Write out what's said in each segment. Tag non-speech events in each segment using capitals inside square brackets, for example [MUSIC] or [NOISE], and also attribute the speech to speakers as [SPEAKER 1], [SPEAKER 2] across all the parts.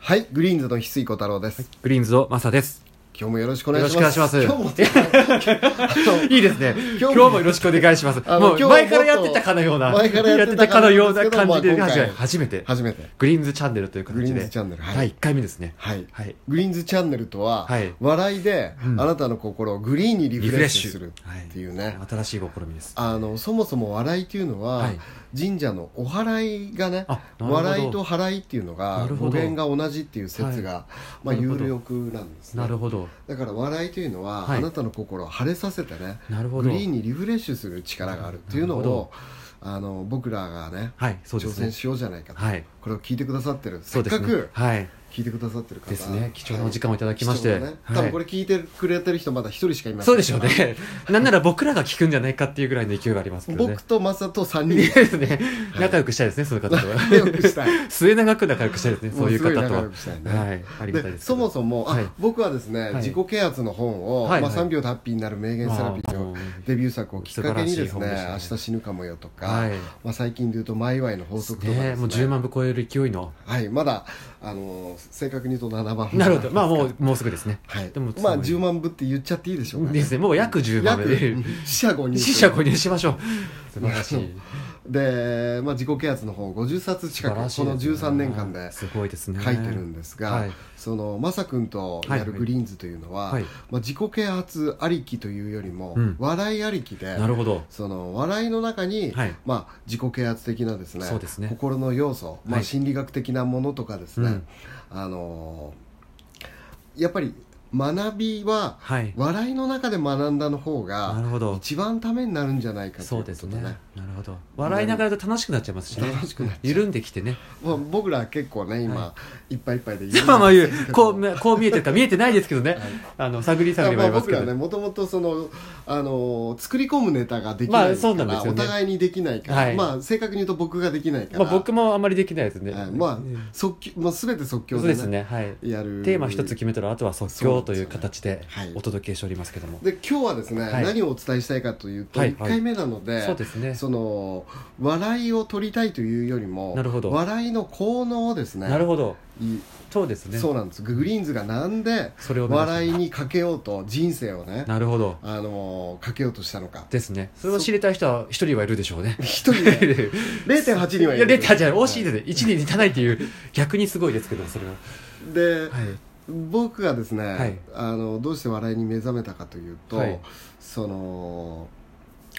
[SPEAKER 1] はい、グリーンズの翡翠小太郎です、
[SPEAKER 2] グリーンズのマサです。
[SPEAKER 1] 今日もよろしくお願いし
[SPEAKER 2] よろ
[SPEAKER 1] ま
[SPEAKER 2] し
[SPEAKER 1] す。
[SPEAKER 2] くお願いします
[SPEAKER 1] 今日もっていうかあの
[SPEAKER 2] いいですね。
[SPEAKER 1] 今
[SPEAKER 2] 今
[SPEAKER 1] 日も
[SPEAKER 2] 日もよろしくお願いします。
[SPEAKER 1] あの
[SPEAKER 2] もう
[SPEAKER 1] 今日も
[SPEAKER 2] 前からやってたかのような、
[SPEAKER 1] 前からや
[SPEAKER 2] や
[SPEAKER 1] っ
[SPEAKER 2] って
[SPEAKER 1] た
[SPEAKER 2] てた
[SPEAKER 1] か
[SPEAKER 2] か
[SPEAKER 1] の
[SPEAKER 2] の
[SPEAKER 1] よ
[SPEAKER 2] よ
[SPEAKER 1] う
[SPEAKER 2] う
[SPEAKER 1] な
[SPEAKER 2] な
[SPEAKER 1] 感じ
[SPEAKER 2] 感じ
[SPEAKER 1] で
[SPEAKER 2] で、
[SPEAKER 1] まあ今回
[SPEAKER 2] 初めて、
[SPEAKER 1] 初めて、
[SPEAKER 2] グリーンズチャンネルという形で、
[SPEAKER 1] グリーンズチャンネルはい
[SPEAKER 2] 第1回目ですね。
[SPEAKER 1] はい
[SPEAKER 2] はい。
[SPEAKER 1] グリーンズチャンネルとは、
[SPEAKER 2] はい
[SPEAKER 1] 笑いで、
[SPEAKER 2] うん
[SPEAKER 1] あなたの心をグリーンにリフ
[SPEAKER 2] リフ
[SPEAKER 1] レ
[SPEAKER 2] レ
[SPEAKER 1] ッ
[SPEAKER 2] ッ
[SPEAKER 1] シ
[SPEAKER 2] シ
[SPEAKER 1] ュ
[SPEAKER 2] ュ
[SPEAKER 1] するっていうね、
[SPEAKER 2] は新しい試みです。
[SPEAKER 1] あのそもそも笑いというのは、
[SPEAKER 2] はい
[SPEAKER 1] 神社のお祓いがね
[SPEAKER 2] あなるほど
[SPEAKER 1] 笑いと祓いっていうのが
[SPEAKER 2] なるほ
[SPEAKER 1] 語
[SPEAKER 2] ど
[SPEAKER 1] 源が同じっていう説が、まあ、
[SPEAKER 2] なるほど
[SPEAKER 1] 有力なんですね
[SPEAKER 2] なるほど。
[SPEAKER 1] だから笑いというのは、
[SPEAKER 2] はい
[SPEAKER 1] あなたの心を晴れさせてね
[SPEAKER 2] なるほ
[SPEAKER 1] グ
[SPEAKER 2] ど。
[SPEAKER 1] リーンにリフレッシュする力があるっていうの
[SPEAKER 2] なるほ
[SPEAKER 1] をあの僕らがね
[SPEAKER 2] はい、そうで
[SPEAKER 1] 挑
[SPEAKER 2] すね
[SPEAKER 1] 戦。しようじゃないかと、
[SPEAKER 2] はい。
[SPEAKER 1] これを聞いてくださってる
[SPEAKER 2] そ
[SPEAKER 1] せっ
[SPEAKER 2] うです
[SPEAKER 1] か
[SPEAKER 2] ね
[SPEAKER 1] く。
[SPEAKER 2] はい。
[SPEAKER 1] 聞いてくださってる方
[SPEAKER 2] ですね。貴重なお時間をいただ
[SPEAKER 1] が
[SPEAKER 2] きまして。
[SPEAKER 1] 多分こ
[SPEAKER 2] はい
[SPEAKER 1] れ聞いてくれてる人まだ一人しかいませ
[SPEAKER 2] そ
[SPEAKER 1] ん
[SPEAKER 2] うでしょうね。 [LAUGHS] なんなら僕らが聞くんじゃないかっていうぐらいの勢いがありますけどね
[SPEAKER 1] 僕。とマサと3
[SPEAKER 2] いい
[SPEAKER 1] 人
[SPEAKER 2] [LAUGHS] ですね。仲良くしたいですね、そういう
[SPEAKER 1] [LAUGHS]
[SPEAKER 2] 方とは。
[SPEAKER 1] 仲良くしたい
[SPEAKER 2] 末永く仲良くしたいですね、
[SPEAKER 1] も
[SPEAKER 2] そう
[SPEAKER 1] う
[SPEAKER 2] いう
[SPEAKER 1] すごい
[SPEAKER 2] 方と
[SPEAKER 1] 仲
[SPEAKER 2] は。
[SPEAKER 1] 良くしたいね
[SPEAKER 2] はい、ありがたい
[SPEAKER 1] で
[SPEAKER 2] です。
[SPEAKER 1] そもそもあ、
[SPEAKER 2] はい
[SPEAKER 1] 僕はですね、
[SPEAKER 2] はい
[SPEAKER 1] 自己啓発の本を、
[SPEAKER 2] はい
[SPEAKER 1] まあ、
[SPEAKER 2] はい
[SPEAKER 1] 3秒でハッピーになる名言セラピーの
[SPEAKER 2] あー
[SPEAKER 1] デビュー作をきっかけにです
[SPEAKER 2] 素
[SPEAKER 1] ね
[SPEAKER 2] 晴らしい本でしたね
[SPEAKER 1] 明日死ぬかもよ」とか、
[SPEAKER 2] はい
[SPEAKER 1] まあ、最近で言うと「マイワイの法則」とかですね
[SPEAKER 2] ね、もう10万部超える勢いの。
[SPEAKER 1] はい、まだ、あの正確に言うと7番
[SPEAKER 2] なる
[SPEAKER 1] [LAUGHS]
[SPEAKER 2] ほど。まあも
[SPEAKER 1] う、
[SPEAKER 2] う、もうすぐですね。
[SPEAKER 1] はい、
[SPEAKER 2] でも
[SPEAKER 1] まあ10万部って言っちゃっていいでしょうか、
[SPEAKER 2] ですね。もう約10万
[SPEAKER 1] 約
[SPEAKER 2] 部で。
[SPEAKER 1] 四捨五入
[SPEAKER 2] [LAUGHS] 死者購入しましょう。素晴らしい。
[SPEAKER 1] で、まあ、自己啓発の本を50冊
[SPEAKER 2] 素
[SPEAKER 1] 近
[SPEAKER 2] 晴
[SPEAKER 1] く、こ
[SPEAKER 2] ら
[SPEAKER 1] の
[SPEAKER 2] しいです
[SPEAKER 1] 13
[SPEAKER 2] ね。
[SPEAKER 1] 年間です
[SPEAKER 2] ごいですね。
[SPEAKER 1] 書いてるんですが、
[SPEAKER 2] はい
[SPEAKER 1] そのまさくんとやるグリーンズというのは、
[SPEAKER 2] はいはい
[SPEAKER 1] まあ、自己啓発ありきというよりも、
[SPEAKER 2] うん
[SPEAKER 1] 笑いありきで
[SPEAKER 2] なるほど。
[SPEAKER 1] その笑いの中に、
[SPEAKER 2] はい
[SPEAKER 1] まあ、自己啓発的なですね
[SPEAKER 2] そうですね
[SPEAKER 1] 心の要素、ま
[SPEAKER 2] は
[SPEAKER 1] あ、
[SPEAKER 2] い
[SPEAKER 1] 心理学的なものとかですね、
[SPEAKER 2] うん
[SPEAKER 1] あのーやっぱり学びは
[SPEAKER 2] はい。
[SPEAKER 1] 笑いの中で学んだの方
[SPEAKER 2] な
[SPEAKER 1] が
[SPEAKER 2] るほど。
[SPEAKER 1] 一番ためになるんじゃないかとい
[SPEAKER 2] そうう
[SPEAKER 1] こ
[SPEAKER 2] で
[SPEAKER 1] と
[SPEAKER 2] す
[SPEAKER 1] で
[SPEAKER 2] ね。
[SPEAKER 1] ね
[SPEAKER 2] な。るほど。笑いながらだと楽しくなっちゃいますしね。
[SPEAKER 1] 楽しくなっちゃう
[SPEAKER 2] 緩んできてね。
[SPEAKER 1] まあ僕ら結構ね今、い、っぱいいっぱいで
[SPEAKER 2] まあまあ言う、こう、こう見えてるか見えてないですけどね。あの、探り探りは
[SPEAKER 1] まあ
[SPEAKER 2] 言います
[SPEAKER 1] 僕
[SPEAKER 2] け
[SPEAKER 1] ら
[SPEAKER 2] ど
[SPEAKER 1] ね。もともとその、あのー作り込むネタができない
[SPEAKER 2] まあ
[SPEAKER 1] か
[SPEAKER 2] そう
[SPEAKER 1] ら、
[SPEAKER 2] なんですよね
[SPEAKER 1] お互いにできないから、
[SPEAKER 2] はい
[SPEAKER 1] まあ正確に言うと僕ができないから、
[SPEAKER 2] まあ僕もあんまりできないですね。
[SPEAKER 1] はいまあ
[SPEAKER 2] うん
[SPEAKER 1] 即興、まあ、全て即興
[SPEAKER 2] そう
[SPEAKER 1] で,、
[SPEAKER 2] ですね。はい。
[SPEAKER 1] やる
[SPEAKER 2] テーマ一つ決めたら、あとは即興という形で
[SPEAKER 1] はい
[SPEAKER 2] お届けしておりますけども。
[SPEAKER 1] で今日はですね、
[SPEAKER 2] はい
[SPEAKER 1] 何をお伝えしたいかというと、
[SPEAKER 2] はい
[SPEAKER 1] 1回目なので、
[SPEAKER 2] そうですね。
[SPEAKER 1] その笑いを取りたいというよりも
[SPEAKER 2] なるほど
[SPEAKER 1] 笑いの効能をですね
[SPEAKER 2] なるほど。
[SPEAKER 1] い
[SPEAKER 2] そうですね。
[SPEAKER 1] そうなんですグリーンズがなんで
[SPEAKER 2] それを目指す
[SPEAKER 1] 笑いにかけようと人生をね
[SPEAKER 2] なるほど。
[SPEAKER 1] あのーかけようとしたのか
[SPEAKER 2] ですね。それを知りたい人は一人はいるでしょうね。
[SPEAKER 1] 一人
[SPEAKER 2] いや、 [LAUGHS]
[SPEAKER 1] で0.8にはい
[SPEAKER 2] いや、レターじゃない、惜しい
[SPEAKER 1] で
[SPEAKER 2] ですね。1に満たないっていう、逆にすごいですけど、それは。
[SPEAKER 1] すで
[SPEAKER 2] はい。
[SPEAKER 1] 僕がですね、
[SPEAKER 2] はい
[SPEAKER 1] あのどうして笑いに目覚めたかというと、
[SPEAKER 2] はい
[SPEAKER 1] その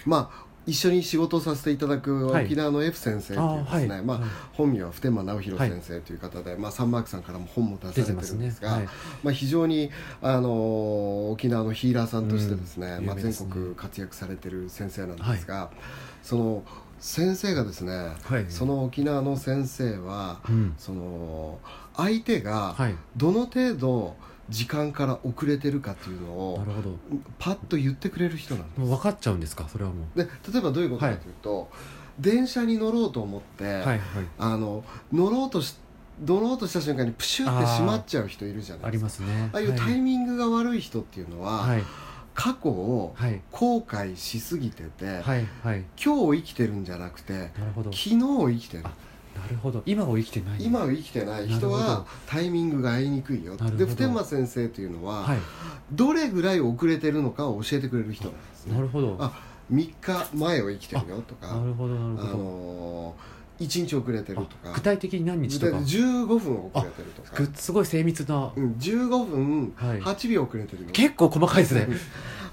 [SPEAKER 1] まあ一緒に仕事をさせていただく
[SPEAKER 2] はい
[SPEAKER 1] 沖縄の F 先生というです
[SPEAKER 2] あ
[SPEAKER 1] ね、
[SPEAKER 2] ーはい
[SPEAKER 1] まあ
[SPEAKER 2] はい
[SPEAKER 1] 本名は普天間直弘先生という方で、まあ、サンマークさんからも本も出
[SPEAKER 2] 出
[SPEAKER 1] さ
[SPEAKER 2] て
[SPEAKER 1] れ
[SPEAKER 2] ま
[SPEAKER 1] てる
[SPEAKER 2] す
[SPEAKER 1] んで
[SPEAKER 2] ね。
[SPEAKER 1] すが
[SPEAKER 2] はい。
[SPEAKER 1] まあ、非常に、あのー沖縄のヒーラーさんとしてですね,、
[SPEAKER 2] うん
[SPEAKER 1] まあ、
[SPEAKER 2] 有名で
[SPEAKER 1] 全
[SPEAKER 2] すね
[SPEAKER 1] 国活躍されてる先生なんですが、その先生がですね、
[SPEAKER 2] はい
[SPEAKER 1] その沖縄の先生は、
[SPEAKER 2] うん。
[SPEAKER 1] その相手が
[SPEAKER 2] はい。
[SPEAKER 1] どの程度時間から遅れてるかっていうの
[SPEAKER 2] な
[SPEAKER 1] を
[SPEAKER 2] るほど。
[SPEAKER 1] パッと言ってくれる人なんです
[SPEAKER 2] もう分かっちゃうんですか、それはも
[SPEAKER 1] で例えばどういうことかというと、電車に乗ろうと思って、
[SPEAKER 2] う。はい、はい。
[SPEAKER 1] あの乗ろうとし乗ろうとした瞬間にプシュって閉まっちゃう人いるじゃな
[SPEAKER 2] あ
[SPEAKER 1] いで
[SPEAKER 2] り
[SPEAKER 1] すか
[SPEAKER 2] ますね。
[SPEAKER 1] ああいうタイミングが悪い人っていうのは、
[SPEAKER 2] はい。
[SPEAKER 1] 過去を
[SPEAKER 2] はい。
[SPEAKER 1] 後悔しすぎてて、
[SPEAKER 2] はい。はい。
[SPEAKER 1] 今日を生きてるんじゃなくて
[SPEAKER 2] なるほど。
[SPEAKER 1] 昨日を生きてる
[SPEAKER 2] あなるほど。今を生きてない。
[SPEAKER 1] 今を生きてない人
[SPEAKER 2] なるほ
[SPEAKER 1] は
[SPEAKER 2] ど
[SPEAKER 1] タイミングが合いにくいよ
[SPEAKER 2] なるほ
[SPEAKER 1] で
[SPEAKER 2] ど
[SPEAKER 1] 普天間先生というのは、
[SPEAKER 2] はい。
[SPEAKER 1] どれぐらい遅れてるのかを教えてくれる人なんですね
[SPEAKER 2] なるほど。
[SPEAKER 1] あ3日前を生きてるよとか
[SPEAKER 2] なるほど、
[SPEAKER 1] あ
[SPEAKER 2] なるほど。
[SPEAKER 1] のー、1日遅れてると
[SPEAKER 2] あ
[SPEAKER 1] か
[SPEAKER 2] 具体的に何
[SPEAKER 1] 具
[SPEAKER 2] 日と
[SPEAKER 1] 体
[SPEAKER 2] か
[SPEAKER 1] 的に15分遅れてるとか
[SPEAKER 2] ぐすごい精密な
[SPEAKER 1] う、ん15分
[SPEAKER 2] はい
[SPEAKER 1] 8秒遅れてるよ、
[SPEAKER 2] 結構細かいですね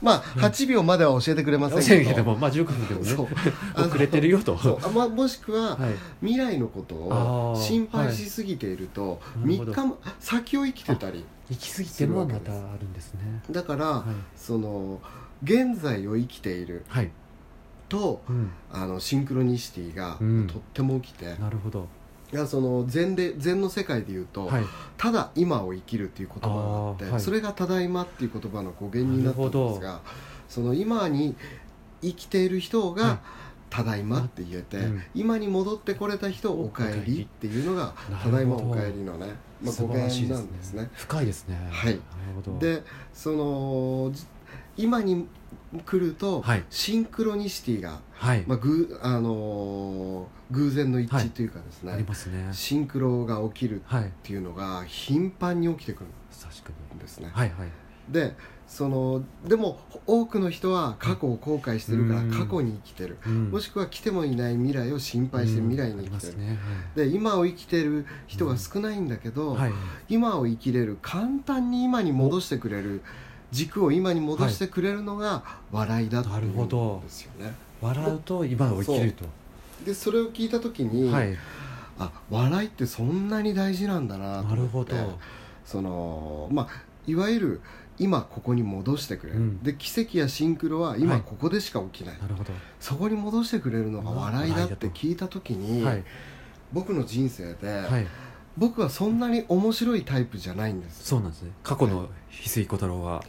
[SPEAKER 1] まあ8秒までは教えてくれま
[SPEAKER 2] ま
[SPEAKER 1] せ
[SPEAKER 2] せ
[SPEAKER 1] ん
[SPEAKER 2] ん
[SPEAKER 1] け
[SPEAKER 2] け
[SPEAKER 1] ど
[SPEAKER 2] どもまあ15分でも
[SPEAKER 1] そう
[SPEAKER 2] ね遅れてるよと
[SPEAKER 1] そうあ、まあ、もしくは、
[SPEAKER 2] はい
[SPEAKER 1] 未来のことを
[SPEAKER 2] あー
[SPEAKER 1] 心配しすぎていると、
[SPEAKER 2] はい
[SPEAKER 1] 3日も先を生きてたり
[SPEAKER 2] 行き過ぎてもまたあるんですね
[SPEAKER 1] だから、
[SPEAKER 2] はい
[SPEAKER 1] その現在を生きている
[SPEAKER 2] はい、
[SPEAKER 1] と
[SPEAKER 2] うん、
[SPEAKER 1] あのシンクロニシティが
[SPEAKER 2] うん
[SPEAKER 1] とっても起きて、
[SPEAKER 2] なるほど
[SPEAKER 1] いやその禅で禅の世界でいうと、
[SPEAKER 2] はい
[SPEAKER 1] ただ今を生きるっていう言葉があって
[SPEAKER 2] あーはい
[SPEAKER 1] それが「ただいま」っていう言葉の語源になったんですがその今に生きている人が、
[SPEAKER 2] はい
[SPEAKER 1] ただいまって言えて、
[SPEAKER 2] うん
[SPEAKER 1] 今に戻ってこれた人おかえ
[SPEAKER 2] お帰
[SPEAKER 1] り
[SPEAKER 2] り
[SPEAKER 1] っていうのが「
[SPEAKER 2] なる
[SPEAKER 1] た
[SPEAKER 2] ほど
[SPEAKER 1] だいまおかえり」のね、まあ、語
[SPEAKER 2] 素晴らしい
[SPEAKER 1] 源
[SPEAKER 2] で
[SPEAKER 1] な
[SPEAKER 2] す
[SPEAKER 1] ん
[SPEAKER 2] ね
[SPEAKER 1] ですね。
[SPEAKER 2] 深いですね
[SPEAKER 1] はい
[SPEAKER 2] なるほど
[SPEAKER 1] でそのじ今に来ると、
[SPEAKER 2] はい
[SPEAKER 1] シンクロニシティが、
[SPEAKER 2] はい、
[SPEAKER 1] まあぐあのー偶然の一致というかですね、
[SPEAKER 2] ありますね
[SPEAKER 1] シンクロが起きるっ
[SPEAKER 2] はい
[SPEAKER 1] ていうのが頻繁に起きてくる
[SPEAKER 2] 確か
[SPEAKER 1] んですね
[SPEAKER 2] に、はいはい
[SPEAKER 1] でそのでも多くの人は過去を後悔してるから
[SPEAKER 2] うん
[SPEAKER 1] 過去に生きてる、
[SPEAKER 2] うん
[SPEAKER 1] もしくは来てもいない未来を心配して未来に
[SPEAKER 2] うんあり
[SPEAKER 1] 生
[SPEAKER 2] ま
[SPEAKER 1] きて
[SPEAKER 2] す
[SPEAKER 1] る、
[SPEAKER 2] ね
[SPEAKER 1] で今を生きてる人が少ないんだけど、
[SPEAKER 2] はい、はい、
[SPEAKER 1] 今を生きれる簡単に今に戻してくれる軸を今に戻してくれるのが笑いだってい
[SPEAKER 2] なる
[SPEAKER 1] う
[SPEAKER 2] ほ
[SPEAKER 1] ん
[SPEAKER 2] ど
[SPEAKER 1] ですよね。
[SPEAKER 2] 笑うと今を生きると、
[SPEAKER 1] でそれを聞いた時に、
[SPEAKER 2] はい
[SPEAKER 1] あ笑いってそんなに大事なんだなと
[SPEAKER 2] なる
[SPEAKER 1] 思
[SPEAKER 2] ほ
[SPEAKER 1] って
[SPEAKER 2] ど
[SPEAKER 1] そのまあいわゆる今ここに戻してくれる、
[SPEAKER 2] うん
[SPEAKER 1] で奇跡やシンクロは
[SPEAKER 2] は
[SPEAKER 1] 今
[SPEAKER 2] い
[SPEAKER 1] ここでしか起きない、
[SPEAKER 2] なるほど、
[SPEAKER 1] そこに戻してくれるのが笑いだって聞いた時に、
[SPEAKER 2] はい
[SPEAKER 1] 僕の人生で、
[SPEAKER 2] はい
[SPEAKER 1] 僕はそんなに面白いタイプじゃないんです
[SPEAKER 2] そうなんですね過去の翡翠小太郎は、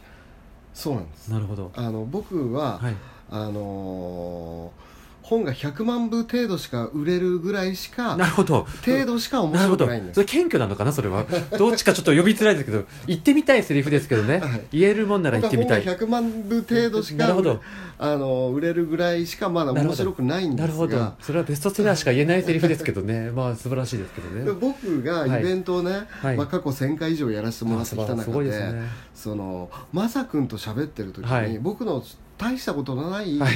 [SPEAKER 1] そうなんです
[SPEAKER 2] なるほど
[SPEAKER 1] あの僕は、
[SPEAKER 2] はい
[SPEAKER 1] あのー本が100万部程度しか売れるぐらいしか
[SPEAKER 2] なるほど
[SPEAKER 1] 程度しか面
[SPEAKER 2] なるほ
[SPEAKER 1] 白く
[SPEAKER 2] どそ
[SPEAKER 1] ない
[SPEAKER 2] れ
[SPEAKER 1] んです
[SPEAKER 2] 謙虚なのかなそれはどっちかちょっと呼びづらいですけど言ってみたいセリフですけどね、
[SPEAKER 1] はい
[SPEAKER 2] 言えるもんなら言ってみたい
[SPEAKER 1] 本が100万部程度しか
[SPEAKER 2] なるほど
[SPEAKER 1] あの売れるぐらいしかまだ面白くないんで
[SPEAKER 2] なる
[SPEAKER 1] す
[SPEAKER 2] ほど
[SPEAKER 1] が
[SPEAKER 2] それはベストセラーしか言えないセリフですけどねまあ素晴らしいですけど
[SPEAKER 1] で
[SPEAKER 2] ね
[SPEAKER 1] 僕がイベントをね、
[SPEAKER 2] はい
[SPEAKER 1] まあ、過去1000回以上やらせてもらっ
[SPEAKER 2] あ
[SPEAKER 1] て
[SPEAKER 2] す
[SPEAKER 1] きた
[SPEAKER 2] ばす
[SPEAKER 1] 中
[SPEAKER 2] ごい
[SPEAKER 1] で
[SPEAKER 2] ですね
[SPEAKER 1] そのマサ君と喋ってる時に、
[SPEAKER 2] はい
[SPEAKER 1] 僕の大したことのない、
[SPEAKER 2] はい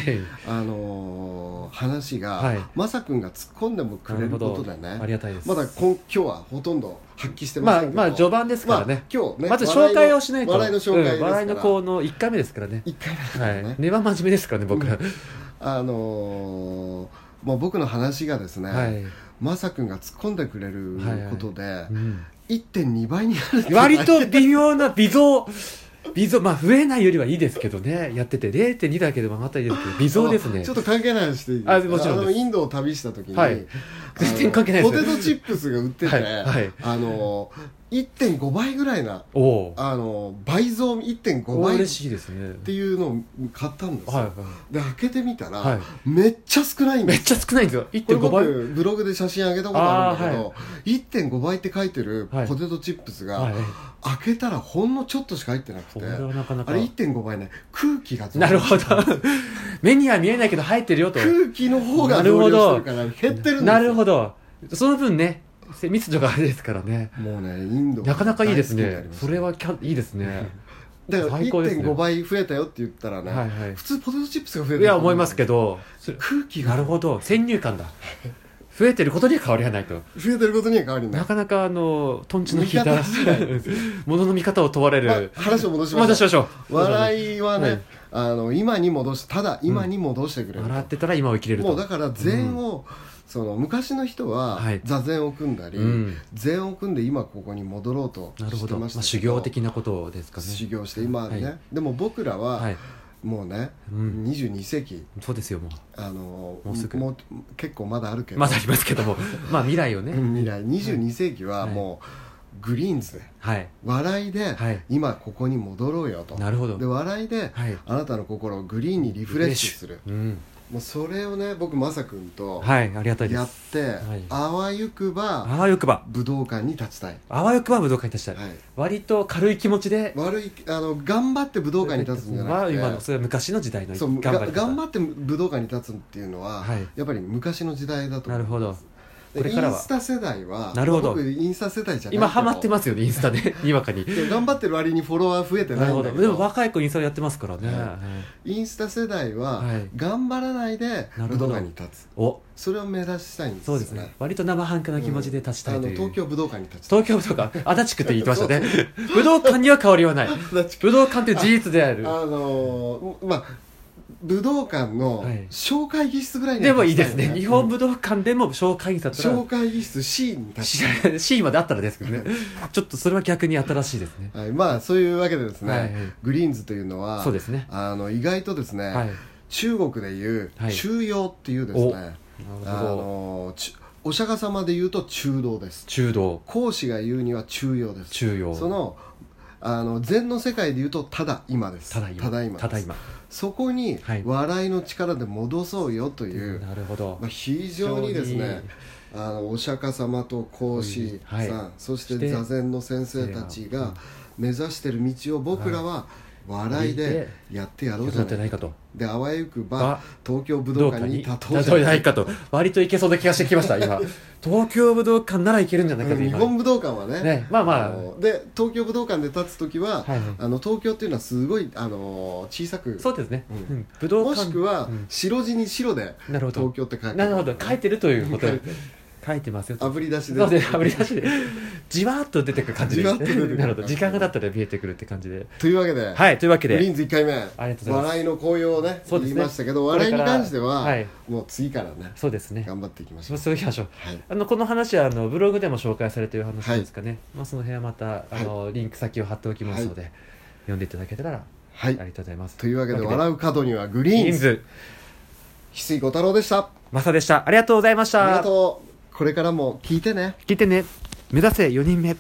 [SPEAKER 1] あのー話が、
[SPEAKER 2] はい
[SPEAKER 1] マサ君が突っ込んでもくれることで
[SPEAKER 2] あり
[SPEAKER 1] ね
[SPEAKER 2] がたいです
[SPEAKER 1] まだこん今日はほとんど発揮してま
[SPEAKER 2] まあ
[SPEAKER 1] せんけど、
[SPEAKER 2] まあ序盤ですからね、
[SPEAKER 1] まあ今日ね
[SPEAKER 2] まず紹介をしないと
[SPEAKER 1] 笑いの紹介です
[SPEAKER 2] う
[SPEAKER 1] か
[SPEAKER 2] ん
[SPEAKER 1] ら、
[SPEAKER 2] 笑いのこの1回目ですからね
[SPEAKER 1] 一回だか
[SPEAKER 2] は
[SPEAKER 1] らね、
[SPEAKER 2] い根は真面目ですからね僕ら、
[SPEAKER 1] あのーまあ、僕の話がですね、
[SPEAKER 2] はい、
[SPEAKER 1] マサ君が突っ込んでくれることで、
[SPEAKER 2] うん
[SPEAKER 1] 1.2倍になるって
[SPEAKER 2] 割と微妙な微増微増まあ増えないよりはいいですけどねやってて0.2だけでも上がったらいいですけど微増ですね
[SPEAKER 1] ちょっと関係ない話していいですか
[SPEAKER 2] あもちろんです
[SPEAKER 1] のインドを旅した時に、
[SPEAKER 2] はい全然関係ないで
[SPEAKER 1] ですすポテトチップスが売ってて、
[SPEAKER 2] はいはい
[SPEAKER 1] あの1.5倍ぐらいな
[SPEAKER 2] おお
[SPEAKER 1] あの倍増1.5倍
[SPEAKER 2] 嬉
[SPEAKER 1] っ
[SPEAKER 2] しいですね
[SPEAKER 1] ていうのを買ったんですよ、
[SPEAKER 2] はいは
[SPEAKER 1] で開けてみたら、
[SPEAKER 2] はい
[SPEAKER 1] めっちゃ少ない
[SPEAKER 2] い
[SPEAKER 1] んで
[SPEAKER 2] めっ
[SPEAKER 1] す
[SPEAKER 2] ちゃ少ないんですよ
[SPEAKER 1] これ
[SPEAKER 2] 1.5倍
[SPEAKER 1] 僕ブログで写真上げたことあるんだけど、
[SPEAKER 2] あ
[SPEAKER 1] 1.5倍って書いてる
[SPEAKER 2] はい
[SPEAKER 1] ポテトチップスが、
[SPEAKER 2] はい
[SPEAKER 1] 開けたらほんのちょっとしか入ってなく
[SPEAKER 2] こ
[SPEAKER 1] て
[SPEAKER 2] れはなかなか
[SPEAKER 1] あれ1.5倍ね空気が
[SPEAKER 2] なるほど目には見えないけど入ってるよと
[SPEAKER 1] 空気の方が
[SPEAKER 2] なる
[SPEAKER 1] 増
[SPEAKER 2] ほど
[SPEAKER 1] 量してるから減ってるんですよ
[SPEAKER 2] なるほどその分ねせ密度があれですからね
[SPEAKER 1] もうねインド
[SPEAKER 2] なかなかいいです
[SPEAKER 1] 大好きにな
[SPEAKER 2] ね
[SPEAKER 1] りました
[SPEAKER 2] それはキャいいで
[SPEAKER 1] [LAUGHS]
[SPEAKER 2] すね
[SPEAKER 1] だから
[SPEAKER 2] 最高ですね
[SPEAKER 1] 1.5倍増えたよって言ったらね、
[SPEAKER 2] はいはい
[SPEAKER 1] 普通ポテトチップスが増えて
[SPEAKER 2] いや思いますけ
[SPEAKER 1] ど
[SPEAKER 2] どそれ
[SPEAKER 1] 空気
[SPEAKER 2] な
[SPEAKER 1] が
[SPEAKER 2] るほど先入観だ増えてることには変わりはないと
[SPEAKER 1] 増えてることには変わりない
[SPEAKER 2] なかなかあのとんちの効い
[SPEAKER 1] 見
[SPEAKER 2] た
[SPEAKER 1] 方次第
[SPEAKER 2] [LAUGHS] ものの見方を問われ
[SPEAKER 1] ま
[SPEAKER 2] る
[SPEAKER 1] 話を戻しま
[SPEAKER 2] 戻
[SPEAKER 1] し
[SPEAKER 2] しましょう
[SPEAKER 1] た笑いはね、
[SPEAKER 2] はい
[SPEAKER 1] あの今に戻してただ今に戻してくれる、
[SPEAKER 2] 笑ってたら今を生きれると
[SPEAKER 1] もうだから禅を、その昔の人は
[SPEAKER 2] はい
[SPEAKER 1] 座禅を組んだり、
[SPEAKER 2] うん
[SPEAKER 1] 禅を組んで今ここに戻ろうと
[SPEAKER 2] なるほ
[SPEAKER 1] して
[SPEAKER 2] ど、ま
[SPEAKER 1] ま
[SPEAKER 2] あ、
[SPEAKER 1] したけど、
[SPEAKER 2] 修行的なことですかね
[SPEAKER 1] 修行して今はね、
[SPEAKER 2] はい
[SPEAKER 1] でも僕らは、
[SPEAKER 2] はい
[SPEAKER 1] もうね、
[SPEAKER 2] うん
[SPEAKER 1] 22世紀
[SPEAKER 2] そうですよも
[SPEAKER 1] あの
[SPEAKER 2] もうすぐ
[SPEAKER 1] もう結構まだあるけ
[SPEAKER 2] う
[SPEAKER 1] ど、
[SPEAKER 2] まだありますけ
[SPEAKER 1] [LAUGHS]
[SPEAKER 2] どもまあ未来をね、
[SPEAKER 1] うん未来22世紀はもう、グリーンズで
[SPEAKER 2] はい
[SPEAKER 1] 笑いで、
[SPEAKER 2] はい
[SPEAKER 1] 今ここに戻ろうよと
[SPEAKER 2] なるほど
[SPEAKER 1] で笑いで、
[SPEAKER 2] はい
[SPEAKER 1] あなたの心をグリーンにリフレッシュする
[SPEAKER 2] うん
[SPEAKER 1] もうそれをね僕まさくんと
[SPEAKER 2] はいありがたいで
[SPEAKER 1] やっ
[SPEAKER 2] す
[SPEAKER 1] て、
[SPEAKER 2] はい
[SPEAKER 1] あわゆくば
[SPEAKER 2] あわよくば
[SPEAKER 1] 武道館に立ちたい、
[SPEAKER 2] あわよくば武道館に立ちたい、
[SPEAKER 1] はい、
[SPEAKER 2] 割と軽い気持ちで
[SPEAKER 1] 悪いあの頑張って武道館に立つんじゃな
[SPEAKER 2] は
[SPEAKER 1] くて
[SPEAKER 2] 今のそれは昔の時代の
[SPEAKER 1] そう
[SPEAKER 2] 頑
[SPEAKER 1] が
[SPEAKER 2] 張り方
[SPEAKER 1] 頑張って武道館に立つっていうのは、
[SPEAKER 2] はい
[SPEAKER 1] やっぱり昔の時代だと
[SPEAKER 2] な
[SPEAKER 1] 思う
[SPEAKER 2] るほど
[SPEAKER 1] で
[SPEAKER 2] これからは
[SPEAKER 1] インスタ世代は
[SPEAKER 2] なるほど
[SPEAKER 1] 僕インスタ世代じゃないけど
[SPEAKER 2] 今ハマってますよねインスタ
[SPEAKER 1] [LAUGHS]
[SPEAKER 2] でにわかに
[SPEAKER 1] いや頑張ってる割にフォロワー増えて
[SPEAKER 2] な
[SPEAKER 1] な
[SPEAKER 2] る
[SPEAKER 1] いん
[SPEAKER 2] ほ
[SPEAKER 1] だ
[SPEAKER 2] ど
[SPEAKER 1] け
[SPEAKER 2] で
[SPEAKER 1] ど
[SPEAKER 2] も若い子インスタやってますからね、
[SPEAKER 1] はい
[SPEAKER 2] はい
[SPEAKER 1] インスタ世代は
[SPEAKER 2] はい
[SPEAKER 1] 頑張らないで
[SPEAKER 2] な
[SPEAKER 1] 武
[SPEAKER 2] るほど
[SPEAKER 1] 道館に立つ
[SPEAKER 2] お
[SPEAKER 1] それを目指したいんです
[SPEAKER 2] そ
[SPEAKER 1] よ
[SPEAKER 2] う
[SPEAKER 1] ね
[SPEAKER 2] ですね割と生半可な気持ちで立ちたいという、
[SPEAKER 1] あの東京武道館に立ちたい
[SPEAKER 2] 東京武道
[SPEAKER 1] [LAUGHS]
[SPEAKER 2] 館足立区って言ってましたね武道館には変わりはない武道館って事実である
[SPEAKER 1] あのーまあ武道館の
[SPEAKER 2] はい
[SPEAKER 1] 小会議室ぐらいに
[SPEAKER 2] で
[SPEAKER 1] は
[SPEAKER 2] もいい
[SPEAKER 1] 立ち
[SPEAKER 2] です
[SPEAKER 1] たよ
[SPEAKER 2] ね日本武道館でも紹介員だったら
[SPEAKER 1] 小会議室 C に立ち
[SPEAKER 2] シーンまであったらですけど
[SPEAKER 1] [LAUGHS]
[SPEAKER 2] ねちょっとそれは逆に新しいですね
[SPEAKER 1] はい、まあそういうわけでですね、
[SPEAKER 2] はいはい
[SPEAKER 1] グリーンズというのは
[SPEAKER 2] そうですね
[SPEAKER 1] あの意外とですね、
[SPEAKER 2] はい
[SPEAKER 1] 中国でいう
[SPEAKER 2] はい
[SPEAKER 1] 中庸っていうですね、
[SPEAKER 2] おなるほ
[SPEAKER 1] あ
[SPEAKER 2] ど
[SPEAKER 1] のちお釈迦様でいうと中道です
[SPEAKER 2] 中道
[SPEAKER 1] 孔子が言うには中庸です
[SPEAKER 2] 中庸
[SPEAKER 1] そのあの禅の世界でいうとただ今です
[SPEAKER 2] ただ今
[SPEAKER 1] ただ今です
[SPEAKER 2] ただ今
[SPEAKER 1] そこに
[SPEAKER 2] はい
[SPEAKER 1] 笑いの力で戻そうよという、
[SPEAKER 2] なるほど
[SPEAKER 1] まあ、非常にですねあのお釈迦様と孔子さん、
[SPEAKER 2] はい
[SPEAKER 1] そし
[SPEAKER 2] してて
[SPEAKER 1] 座禅の先生たちが目指してる道を僕らは笑いでやってやろうじ
[SPEAKER 2] な
[SPEAKER 1] ゃ
[SPEAKER 2] っ
[SPEAKER 1] な
[SPEAKER 2] て
[SPEAKER 1] い
[SPEAKER 2] ないかと
[SPEAKER 1] であわゆくば
[SPEAKER 2] ば
[SPEAKER 1] 東京武
[SPEAKER 2] 武
[SPEAKER 1] 道
[SPEAKER 2] 道館
[SPEAKER 1] 館
[SPEAKER 2] に
[SPEAKER 1] に
[SPEAKER 2] 例
[SPEAKER 1] 立
[SPEAKER 2] え
[SPEAKER 1] とうじゃ
[SPEAKER 2] な
[SPEAKER 1] ない
[SPEAKER 2] い
[SPEAKER 1] か
[SPEAKER 2] かと割といけそうな気がしてきまし
[SPEAKER 1] [LAUGHS]
[SPEAKER 2] た今東京武道館ならいけるんじゃないかと
[SPEAKER 1] 日
[SPEAKER 2] 今
[SPEAKER 1] 本武道館はね
[SPEAKER 2] ねまあまあ
[SPEAKER 1] あので東京武道館で立つ時は、
[SPEAKER 2] はいはい
[SPEAKER 1] あの東京っていうのはすごいあの小さく
[SPEAKER 2] そうですね、
[SPEAKER 1] うん
[SPEAKER 2] うん武道
[SPEAKER 1] も
[SPEAKER 2] 館
[SPEAKER 1] しくは
[SPEAKER 2] うん
[SPEAKER 1] 白地に白で
[SPEAKER 2] なるほ
[SPEAKER 1] 東
[SPEAKER 2] ど
[SPEAKER 1] 京って書いて
[SPEAKER 2] なるほど書いてるということ
[SPEAKER 1] 書いて
[SPEAKER 2] 書いてますよ
[SPEAKER 1] 炙り出しで
[SPEAKER 2] そうですね炙り出しでじわーっと出てくる感じで
[SPEAKER 1] じわーっと出てくる
[SPEAKER 2] なるほど時間が経ったら見えてくるって感じで
[SPEAKER 1] というわけで、
[SPEAKER 2] はいというわけ
[SPEAKER 1] フリ
[SPEAKER 2] で
[SPEAKER 1] ンズ1回目
[SPEAKER 2] ありがとうございます
[SPEAKER 1] 笑いの紅葉をね
[SPEAKER 2] そうで
[SPEAKER 1] 言
[SPEAKER 2] すね
[SPEAKER 1] いましたけど
[SPEAKER 2] これ
[SPEAKER 1] 笑い
[SPEAKER 2] か
[SPEAKER 1] に
[SPEAKER 2] ら
[SPEAKER 1] 関しては、
[SPEAKER 2] はい
[SPEAKER 1] もう次からね
[SPEAKER 2] そうですね
[SPEAKER 1] 頑張っていきまし
[SPEAKER 2] そ
[SPEAKER 1] ょ
[SPEAKER 2] う
[SPEAKER 1] う、
[SPEAKER 2] そういきましょう
[SPEAKER 1] はい、
[SPEAKER 2] あのこの話はあのブログでも紹介されている話ですかね、まあ、その辺はまたあの、リンク先を貼っておきますので、読んでいただけたらあ
[SPEAKER 1] は
[SPEAKER 2] りが
[SPEAKER 1] い、
[SPEAKER 2] とうございます
[SPEAKER 1] というわけで
[SPEAKER 2] と
[SPEAKER 1] 笑う角にはグリ
[SPEAKER 2] リ
[SPEAKER 1] ー
[SPEAKER 2] ン
[SPEAKER 1] ンズ
[SPEAKER 2] ズ
[SPEAKER 1] 翡翠小太郎でした
[SPEAKER 2] マサでしたありがとうございました
[SPEAKER 1] ありがとうこれからも聞いてね
[SPEAKER 2] 聞いてね目指せ4人目